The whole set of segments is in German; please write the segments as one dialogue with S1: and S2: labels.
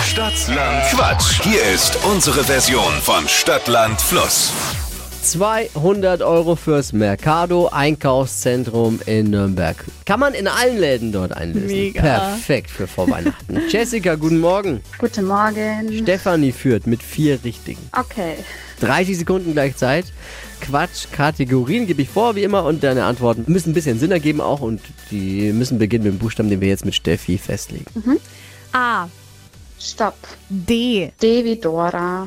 S1: Stadtland Quatsch. Hier ist unsere Version von Stadtland Fluss.
S2: 200 Euro fürs Mercado Einkaufszentrum in Nürnberg. Kann man in allen Läden dort einlösen.
S3: Mega.
S2: Perfekt für Vorweihnachten. Jessica, guten Morgen.
S4: Guten Morgen.
S2: Stefanie führt mit vier richtigen.
S4: Okay.
S2: 30 Sekunden gleichzeitig. Quatsch, Kategorien gebe ich vor, wie immer, und deine Antworten müssen ein bisschen Sinn ergeben auch und die müssen beginnen mit dem Buchstaben, den wir jetzt mit Steffi festlegen.
S3: A.
S4: Stopp.
S3: D.
S4: Devi Dora.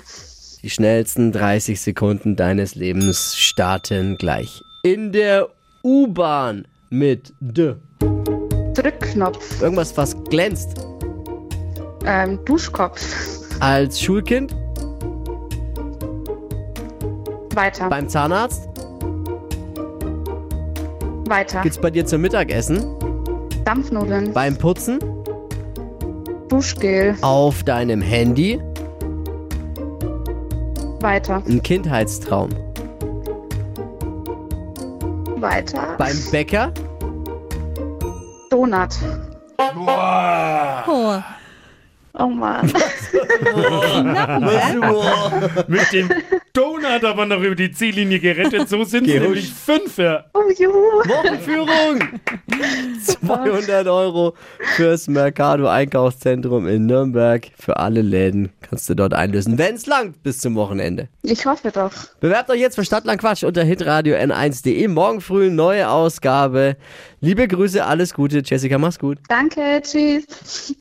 S2: Die schnellsten 30 Sekunden deines Lebens starten gleich. In der U-Bahn mit D.
S4: Drückknopf.
S2: Irgendwas, was glänzt.
S4: Ähm, Duschkopf.
S2: Als Schulkind
S4: Weiter.
S2: beim Zahnarzt
S4: Weiter.
S2: gibt's bei dir zum Mittagessen,
S4: Dampfnudeln.
S2: beim Putzen,
S4: Duschgel.
S2: auf deinem Handy,
S4: Weiter.
S2: ein Kindheitstraum,
S4: Weiter.
S2: beim Bäcker,
S4: Donut.
S3: Oh.
S4: Oh Mann.
S5: Mit dem Donut aber noch über die Ziellinie gerettet. So sind es
S2: Gehusch.
S5: nämlich fünf. ja.
S4: Oh, juhu.
S2: Wochenführung. 200 Euro fürs Mercado Einkaufszentrum in Nürnberg. Für alle Läden kannst du dort einlösen, wenn's langt bis zum Wochenende.
S4: Ich hoffe doch.
S2: Bewerbt euch jetzt für Stadtland Quatsch unter hitradio n1.de. Morgen früh neue Ausgabe. Liebe Grüße, alles Gute. Jessica, mach's gut.
S4: Danke. Tschüss.